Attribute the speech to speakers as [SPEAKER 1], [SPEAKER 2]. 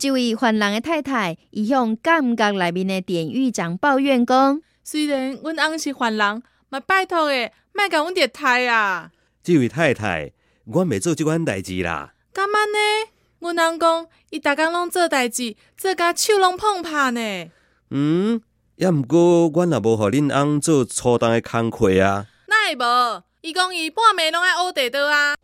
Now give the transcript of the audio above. [SPEAKER 1] 一位犯人的太太，伊向监狱内面的典狱长抱怨讲，
[SPEAKER 2] 虽然阮翁是犯人，嘛拜托诶，莫甲阮虐待啊！
[SPEAKER 3] 这位太太，我袂做即款代志啦。
[SPEAKER 2] 干嘛呢？阮翁讲，伊逐工拢做代志，做甲手拢碰拍呢。
[SPEAKER 3] 嗯，也毋过，阮也无互恁翁做粗重的工课啊。
[SPEAKER 2] 哪会无？伊讲伊半暝拢爱乌地倒啊。